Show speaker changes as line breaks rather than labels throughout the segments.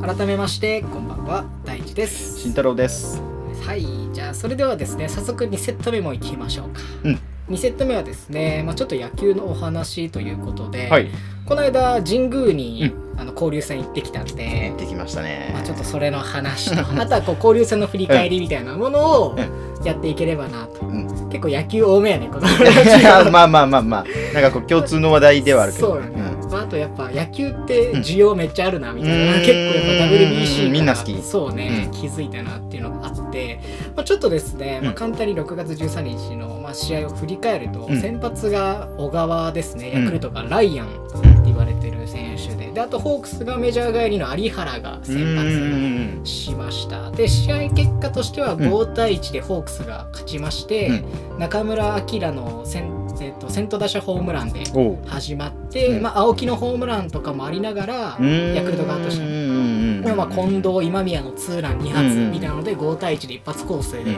改めましてこんばんは大地です
慎太郎です
はいじゃあそれではですね早速2セット目もいきましょうか、
うん
2セット目はですね、まあ、ちょっと野球のお話ということで、
はい
この間神宮に、あの交流戦行ってきたんで
行ってきましたね
まあ、ちょっとそれの話と あとはこう交流戦の振り返りみたいなものを
う
やっていければなと、
ん
結構野球多めやねこの
いや まあまあまあまあなんかこう共通の話題ではあるけど
そうやね、まあ、あとやっぱ野球って需要めっちゃあるなみたいな、
うん
結構やっぱ WBC から
みんな好き
そうね、
うん
気づいたなっていうのがあって、まあ、ちょっとですね、まあ、
うん
簡単に6月13日の、まあ、試合を振り返ると、
うん
先発が小川ですね
うん
ヤクルトがライアンって言われてる選手でであとホークスがメジャー帰りの有原が
うんう
先発。
ん
しましたで試合結果としては
ん
5対1でホークスが勝ちまして、中村晃の先,、えっと先頭打者ホームランで
おう
始まって、
うん
まあ、青木のホームランとかもありながら、
うん
ヤクルト側として
う
は
んうんうん
まあ、近藤今宮のツーラン2発
うん
みたいなので5対1で一発構成で、
うん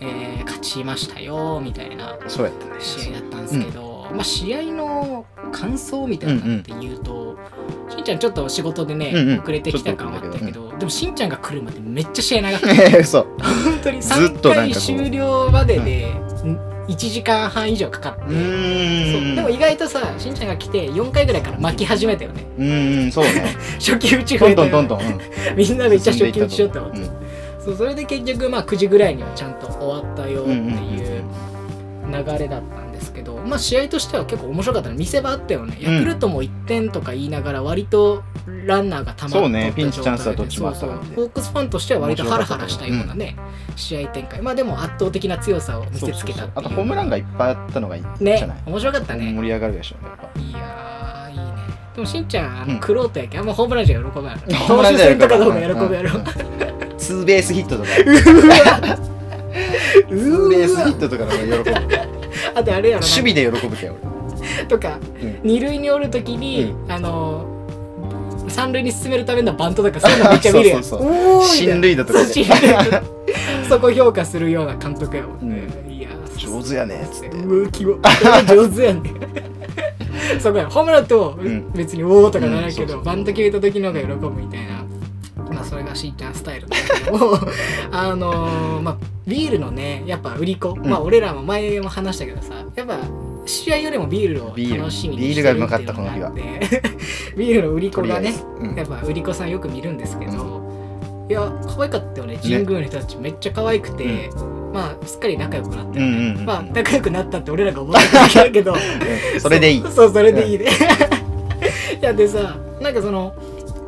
えー勝ちましたよみたいな
そうやったね
試合だったんですけど、まあ、試合の感想みたいなのって言うと、しんちゃんちょっと仕事でね、
うんうん
遅れてきた感はあったけ
ち
ど、でもしんちゃんが来るまでめっちゃ試合長くて
そう
本当に
ずっ
3
とな
回
んかこう
終了までで1時間半以上かかって、
うー
そ
ん
うでも意外とさしんちゃんが来て4回ぐらいから巻き始めたよね
うんうんそう ね
初級打ち増
ト
え
ン
た
ト
よね
ントントン
みんなめっちゃ初級打ちよったもん、
うん
そうそれで結局まあ9時ぐらいにはちゃんと終わったよって
うんうん
いう流れだったんですけど、まあ、試合としては結構面白かったの見せ場あったよね、
うん
ヤクルトも1点とか言いながら割とランナーがたまって
そうねピンチチャンスは
と
どっちもあったからね
ホークスファンとしては割とハラハラしたようなね、試合展開まあでも圧倒的な強さを見せつけたっていう
あとホームランがいっぱいあったのがいいじゃ
ね
ない
面白かったね、
盛り上がるでしょやっぱ
いやーいいねでもしんちゃんあ
う
の
ん
クロートやけん、あんまホームランじゃ喜ばんやろ
ホームラン
投手
じゃ
戦
喜
と
ば
かの方
ん
が喜ぶやろ
うんツーベースヒットとかツ
う
ーベースヒッ
ーわ
トとかの方が喜ぶ
あとあれやろな
守備で喜ぶけん
とか
俺うん
二塁におるときに、
う
あの三塁に進めるためのバントとかそういうのめっちゃ見るやん
そうそう
おーみたい
進
な
塁打とか
そう進
で
塁打そこ評価するような監督やもんね、いやー
上手やねっつって
うわキモ上手やね そこやホームランと
ん
別に「おお」とかならんけ
うんそう
ど、
そう
バント決めた時の方が喜ぶみたいな。まあそれがしんちゃんスタイルだけど もあのーまあビールのねやっぱ売り子、まあ俺らも前も話したけどさやっぱ試合よりもビールを楽しみにしてるっていうの
ビールビールがうまかったこの日は
あて ビールの売り子
とり
が
あえ
ね
ずうん
やっぱ売り子さんよく見るんですけど、いや可愛かったよね神宮の人たちめっちゃ可愛くて、まあすっかり仲良くなったよね、
うんうんうん
まあ仲良くなったって俺らが思ってただけだ けど
うんそれでいい
そうそうそれでいいね、 いやでさなんかその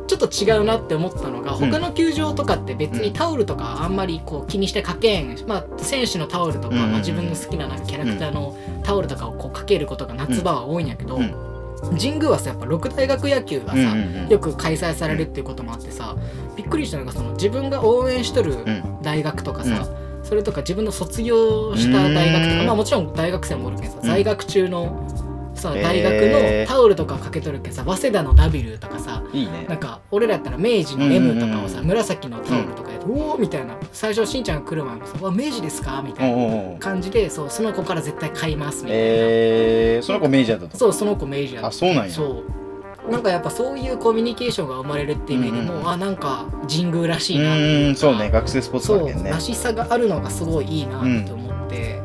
ちょっと違うなって思ったのが
うん
他の球場とかって別にタオルとかあんまりこう気にしてかけん、まあ、選手のタオルとか、
うんうんうん
まあ自分の好きななんかキャラクターのタオルとかをこうかけることが夏場は多いんやけど、
うん
神宮はさやっぱ六大学野球がさ、
うんうんうん
よく開催されるっていうこともあってさびっくりしたのがその自分が応援しとる
うん
大学とかさ、それとか自分の卒業した大学と
う
か
ん
まあもちろん大学生もおるけどさ、
うん
在学中のさ
へー
大学のタオルとかかけとるけどさ早稲田の W とかさ
いいね
なんか俺らやったら明治の M とかをさ、
う
紫のタオルとかやって、うおーみたいな最初しんちゃんが来る前にさ「うわ明治ですか?」み
お
た
う
いな
おうおう
感じでそうその子から絶対買いますみたいな、
えーその子メジャーだと
そうその子明治やった
あそうなんや
そうなんかやっぱそういうコミュニケーションが生まれるっていう意味でも、
うんうん
あなんか神宮らしいなっていう
ーん
か
そうね学生スポーツ
そ
だ
う
けんね
らしさがあるのがすごいいいなって思って、いや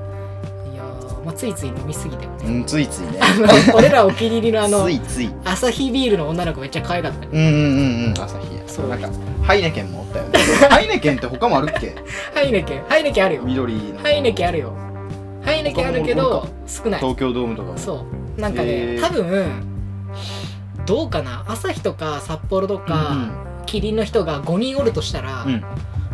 ー、まあ、ついつい飲みすぎたよ
う
ね、
んついつい ね
俺らお気に入りのあの
ついつい
アサヒビールの女の子めっちゃ可愛かったね
うんうんうんうん朝日や
そう
なんかハイネケンもおったよねハイネケンって他もあるっけ
ハイネケンハイネケンあるよ
緑の
ハイネケンあるよハイネケンあるけど
他も
少ない
東京ドームとかも
そうなんかね、
へー
多分どうかな朝日とか札幌とか、キリンの人が5人おるとしたら、
うんうん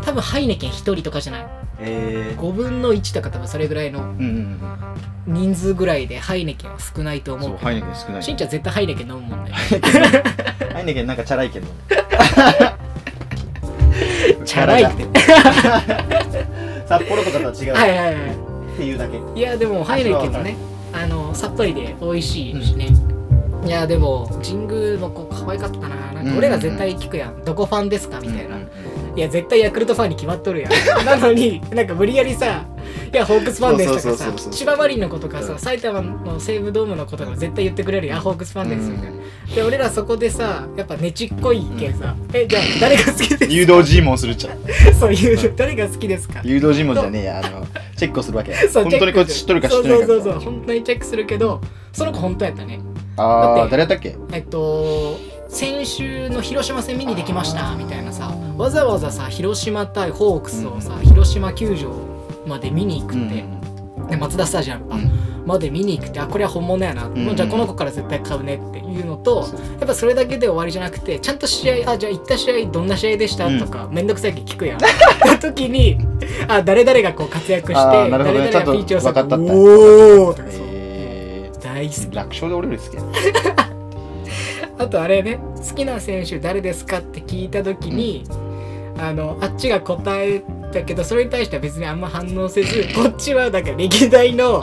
多分ハイネケン1人とかじゃない
えー
5分の1とか多分それぐらいの
うんうん
人数ぐらいでハイネケンは少ないと
うん
思
そう
う
ハイネケン少ない
しんちゃん絶対ハイネケン飲むもんね
ハイネケンなんかチャラいけど
チャラいって
札幌とかとは違
は
う
いはいは
っていうだけ
いいやでもハイネケンもねあのさっぱりで美味しいしね、いやでも神宮の子可愛かったななんか俺ら絶対聞くやん、どこファンですかみたいな、
うんうんうん
いや絶対ヤクルトファンに決まっとるやんなのになんか無理やりさいやホークスファンですとか
そうそうそうそ
さ
う
千葉マリンのことかさ
うん
埼玉の西武ドームのことか絶対言ってくれるやんホークスファンですみたいなで俺らそこでさやっぱねちっこいけんさ、えじゃあ誰が好きで
誘導尋問するっちゃう
すそういうう誰が好きですか
誘導尋問じゃねえやあのチェックをするわけ
そう
本当にこれ知っとるか知っと
そ
る
う
か
そうそうそう本当にチェックするけどその子本当やったね
あ
だっ
あ
て
誰やったっけ
えっと先週の広島戦見にできましたみたいなさわざわざさ広島対ホークスをさ、
うん
広島球場まで見に行く
う
っ
ん
て、で松田スタジアム、あ
うん
まで見に行くってあこれは本物やな、
ん
もうじゃあこの子から絶対買うねっていうのと
そう
やっぱそれだけで終わりじゃなくてちゃんと試合あじゃあ行った試合どんな試合でした、
うん
とかめんどくさいけど聞くやん 時にあ誰々がこう活躍して
あ
誰
ーなる
々
ほどね
がピーチをさ
ちゃんと分かった
おおとかそう、
え
大好き
ー楽勝で俺より好きや
あとあれね好きな選手誰ですかって聞いた時に、あのあっちが答えたけどそれに対しては別にあんま反応せず こっちはなんか歴代 の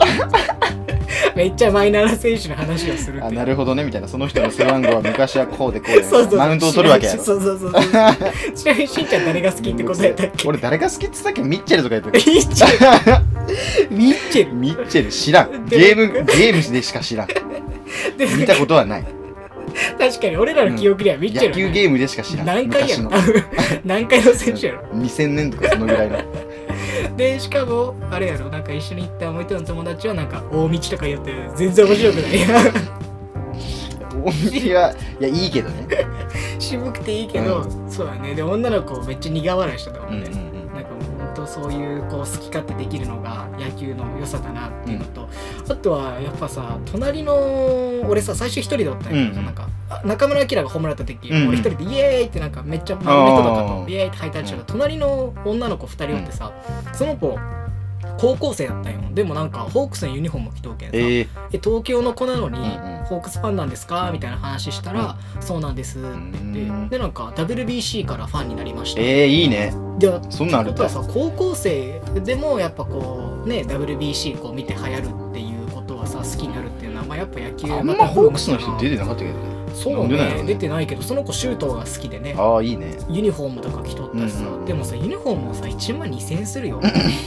めっちゃマイナーな選手の話をするっていう
あなるほどねみたいなその人の背番号は昔はこうでこう で
そうそうそう
マウントを取るわけやろ
そうそうそうそうちなみにしんちゃん誰が好きって答えたっけ
俺誰が好きって言ったっけミッチェルとか言って
ミッチェルミッチェル
ミッチェル知らん
で
ゲームゲームでしか知らん
で
見たことはない
確かに俺らの記憶ではミッチェ
野
ル、
球ゲームでしか知らん
何回や
昔
ろ
の
何回の選手やろ
2000年とかそのぐらいの
でしかもあれやろなんか一緒に行ったもう一人の友達はなんか大道とか言って全然面白くない
大喜はいやいいけどね
渋くていいけど、そうだねで女の子めっちゃ苦笑いしてたも
うんん
ね
う、ん
なんかもうほんとそういうこう好き勝手できるのが野球の良さだなっていうのと、あとはやっぱさ隣の俺さ最初一人だったんやけど、
うん
なんかあ中村晃がホームラン打った時、
うん
俺一人でイエーイってなんかめっちゃ真上とか
あ
と
ー
イエーイってハイタッチしたら、隣の女の子二人おってさ、その子高校生だったんよでもなんかホークスのユニフォーム着とうけんさ、
ええ
え東京の子なのに、
うんうん
ホークスファンなんですかみたいな話したら、そうなんですって言って、
うん
でなんか WBC からファンになりました、
ええいいね
で
そんなんある
あ
ん
とは
だ
さ高校生でもやっぱこうね WBC こう見て流行るっていうことはさ好きになるっていうのは、まあ、やっぱ野球
あんまホークスの人出
て
てなかったけどね
そう
なんでなんや
ね
ろ
出てないけどその子シュートが好きでね
ああいいね
ユニフォームとか着とったしさ、
うんうん
でもさユニフォームもさ1万2000円するよ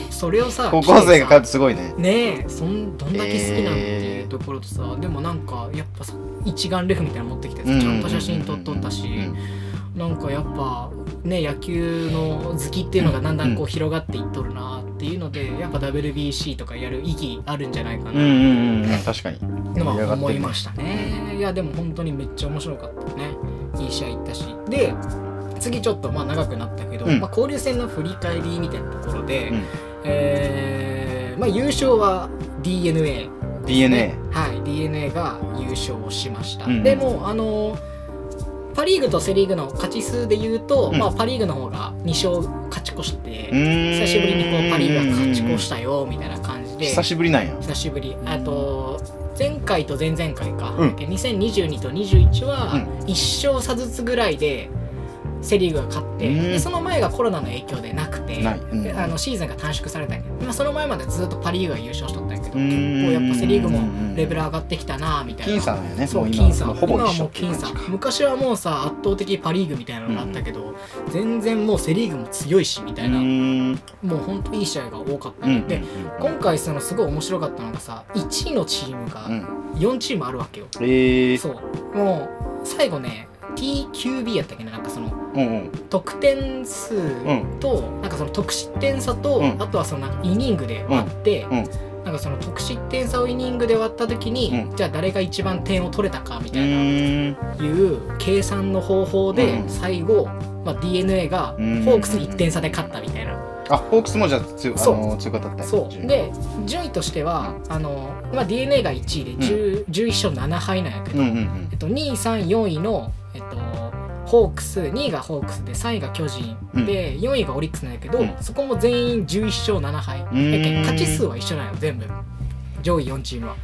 それをさ
高校生が勝
着てさ
つすごいね
ねえそんどんだけ好きなんっていうところとさ、でもなんかやっぱさ一眼レフみたいなの持ってきてさちゃんと写真撮っとったし、なんかやっぱね野球の好きっていうのがだんだんこう広がっていっとるなっていうので、やっぱ WBC とかやる意義あるんじゃないかな
うんうんうんうん確かに
の
盛り上が
は
ってるね
思いましたねいやでも本当にめっちゃ面白かったねいい試合行ったしで次ちょっとまあ長くなったけど、
うん
まあ、交流戦の振り返りみたいなところで、
うん
えーまあ、優勝は d n a
DNA
はい d n a が優勝しました、
うん
でもあのパ・リーグとセ・リーグの勝ち数で言うと、
うん
まあ、パ・リーグの方が2勝勝ち越して、久
久
しぶりにこうパ・リーグが勝ち越したよみたいな感じで
久しぶりなんや
久しぶりあと前回と前々回か、
うん
2022と21は
うん
1勝差ずつぐらいでセ・リーグが勝って、
うん
でその前がコロナの影響でなくて
ないうん
であのシーズンが短縮されたんやけど、まあ、その前までずっとパ・リーグが優勝しとったんやけど
うん
結構やっぱセ・リーグもレベル上がってきたなみたいな。
僅差なんやね
そう
も今
僅差
ほぼ
今は
一
も
緒
う
ってい
僅
う感じ
差
か
昔はもうさ圧倒的パ・リーグみたいなのがあったけど、全然もうセ・リーグも強いしみたいな、
うん
もうほんといい試合が多かった
うんうんん
や
うん
で今回そのすごい面白かったのがさ1位のチームが
うん
4チームあるわけよ、
ええ
そうもう最後ね TQB やったっけななんかその
うんうん
得点数と、なんかその得失点差と、
うん
あとはそのなんかイニングで割って、
うんうん
なんかその得失点差をイニングで割った時に、
う
じゃあ誰が一番点を取れたかみ
う
たいな、
ーん
いう計算の方法で
うん
最後、まあ、d n a が
うん
ホークスに1点差で勝ったみたいな。
あホークスもじゃあ強あ
そう
の強かったった
そうで順位としてはあの、まあ、d n a が1位で10 11勝7敗なんやけ
うん
ど、
うんうん
えっと、2位3位4位の、えっと、ホークス2位がホークスで3位が巨人、
うん
で4位がオリックスなんやけど、
うん
そこも全員11勝7敗や
ーん
けん勝ち数は一緒なんよ全部上位4チームは。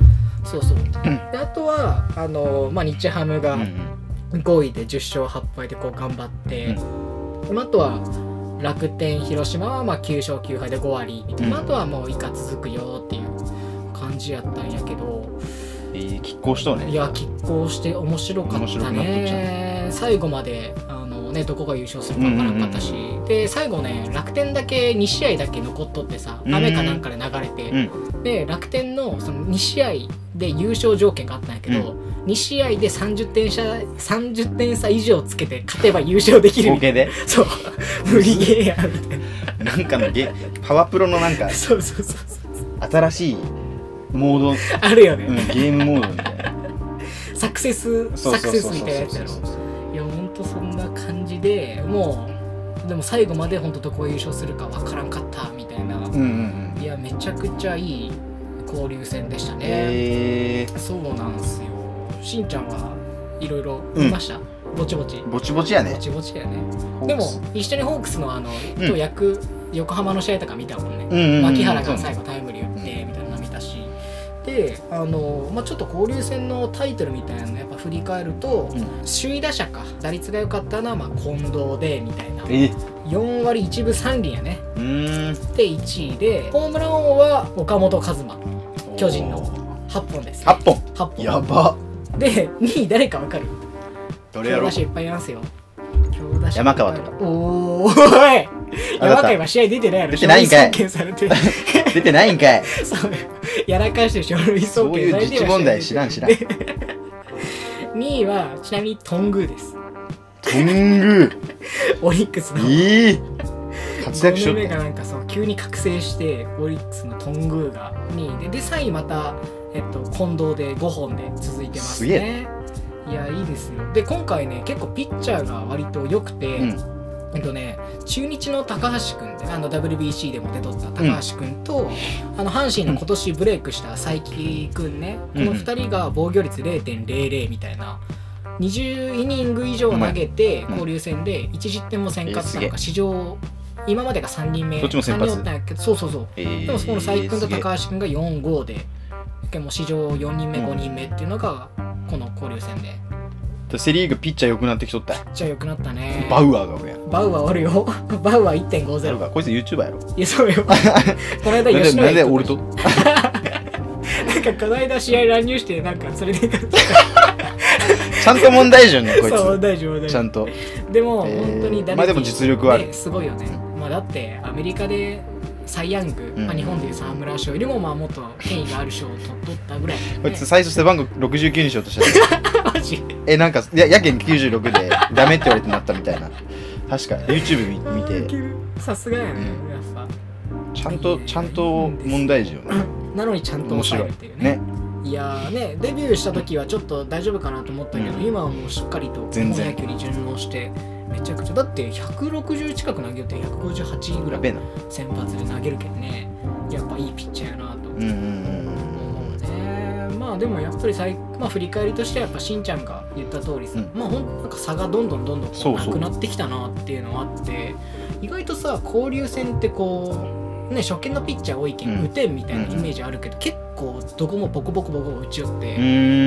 そうそう、であとはあの、まあ、日ハムが
うんうん
5位で10勝8敗でこう頑張って、まああとは楽天広島はまあ9勝9敗で5割みたいな、
うん
あとはもう以下続くよっていう感じやったんやけど
ええ拮抗しとうね
いや拮抗して面白かっ
面白
た
くなってきた
ね最後まであのもねどこが優勝するか分からんかったし、で最後ね楽天だけ2試合だけ残っとってさ雨かなんかで流れて、で楽天のその2試合で優勝条件があったんやけど、2試合で30点差30点差以上つけて勝てば優勝できる
合
みたい
計で
なそう 無理ゲーやみたい
なんかのゲパワプロのなんか
なそうそうそうそう
新しいモード、
あるよね、
うん、ゲームモードみたいな
サクセス
そ う
サ
そ
ク
うそ
セス
うそう
みたいなやつやろ
そうそうそう
いやほんとそんな感じでもうでも最後まで本当どこが優勝するかわからんかったみたいな、
うんうんうん
いやめちゃくちゃいい交流戦でしたね、
え
そうなんすよしんちゃんはいろいろ
うん
見ました、ぼちぼち
ー、ぼちぼちや
ぼ
ね
ちぼちやね
ホ
で
ーク
も
ス
一緒にホークスのあの、
うん
と役横浜の試合とか見たもんね、
うんうんうん
牧原が最後タイムリー打ってみたいなの見たしであの、まあ、ちょっと交流戦のタイトルみたいなのやっぱ振り返ると、
うん
首位打者か打率が良かったのはまあ近藤でみたいな
えー、
4割1分3厘やね
うーん
で1位でホームラン王は岡本和真巨人の
おー
8本です、ね、
8本
8本
やば
で2位誰かわかる
どれや
強
ろ
打
う
者いっぱいいますよ強打者
山川とか
おーい
た
山川今試合出てないやろ
出てないんかい
書類送検されて
出てないんかい
そう やらかして書類送
そう
検
い
さ
う
れ
自
て
治問題知らん知らん
2位はちなみにトングーです
天狗
オリックスの
いい活躍し
5
よっ
年目が
た
なんかそう急に覚醒してオリックスのトングーが2位でで3位また、えっと、近藤で5本で続いてます
すげ
ねいやいいですよで今回ね結構ピッチャーが割と良くて、
うん
えっとね中日の高橋君ってあの WBC でも出とった高橋君と、あの阪神の今年ブレイクした才木君ね、
うん
この2人が防御率0.00みたいな20イニング以上投げて
うん
交流戦で1失点もせんかった
えーすげ
の
え
が史上今までが3人目
どっちも先発
三人おったんやけどそうそうそう
えー
でもそこの才木君と
すげえ
高橋君が4-5ででも史上4人目
うん
5人目っていうのがこの交流戦で
セ・リーグピッチャー良くなってきとった
じゃあ良くなったね
バウアーがおるやん
バウはおるよ バウは
バウ
1.50
アーこいつ YouTuber やろ
いや、そう よ。この間、
なんで
吉野
なんで
家行
俺
っ
と
なんか、この間、試合乱入して、なんか、それ で、
ちゃんと問題じゃんねこ い
そう、
つ
大丈夫、大
ちゃ
丈
んと
夫。でも、
えー
本当に誰
まあでも実力はある
ねすごいよね。まあ、だって、アメリカで、サイ・ヤング、
うん
まあ、日本でいう沢村賞よりも、まあ、もっと権威がある賞を取取ったぐらい、ね。
こいつ最初背番号69にしようとしてた
マ ジ
えなんかややけん96でダメって言われてなったみたいな確か YouTube 見見て
さすがやね、
う
やっぱ。
ちゃんとちゃんと問題児よね
なのに、ちゃんと抑
面白
え
い
るっていうね。
ね
いやーね、デビューした時はちょっと大丈夫かなと思ったけど、
うん
今はもうしっかりと日本
全
野
然
球に順応してめちゃくちゃだって160近く投げよって158ぐら
やべえ
い
な
先発で投げるけどねやっぱいいピッチャーやなと
うんうんうん
思うね、まあでもやっぱり最、まあ、振り返りとしてはやっぱしんちゃんが言った通りさ、
うん
まあほんなんか差がどんどんどんどんこう
そう
な
そう
くなってきたなっていうのはあって意外とさ交流戦ってこうね初見のピッチャー多いけん、
うん
打てんみたいな
うん
イメージあるけど、結構どこもボコボコボコ打ち寄って。
うんう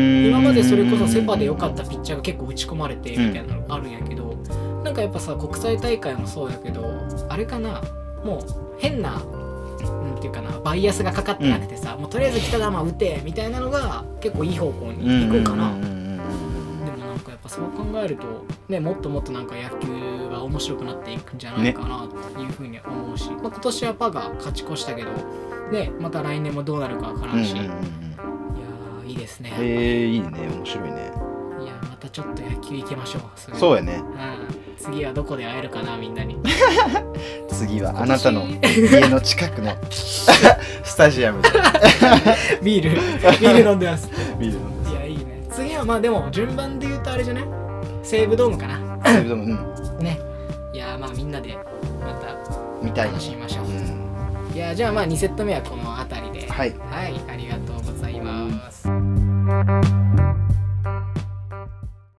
ん
今までそれこそセ・パで良かったピッチャーが結構打ち込まれてみたいなのあるんやけど、なんかやっぱさ国際大会もそうやけどあれかなもう変な。なんていうかなバイアスがかかってなくてさ、もうとりあえず来た球打てみたいなのが結構いい方向
うん
に行くんかな、
うんうんうんうん
でもなんかやっぱそう考えると、ね、もっともっとなんか野球が面白くなっていくんじゃないかなっていうふうには思うし、まあ、今年はパが勝ち越したけど、ね、また来年もどうなるかわから
うんん
し、
うんう
いや
んうん
ーいいですね。
えー、いいね面白いね
いやまたちょっと野球行きましょうれ
そうやね
うん、次はどこで会えるかなみんなに
次は
今年
あなた の家の近くの スタジアムで
ビ ールビール飲んでます
見る の
いやいいね次はまあでも順番で言うとあれじゃない西武ドームかな
それでもうん
ねいやまあみんなでま
見
た
たい
楽
ね
しみましょう、
うん
いやじゃあまあ2セット目はこの辺りで
はい
はい、ありがとうございます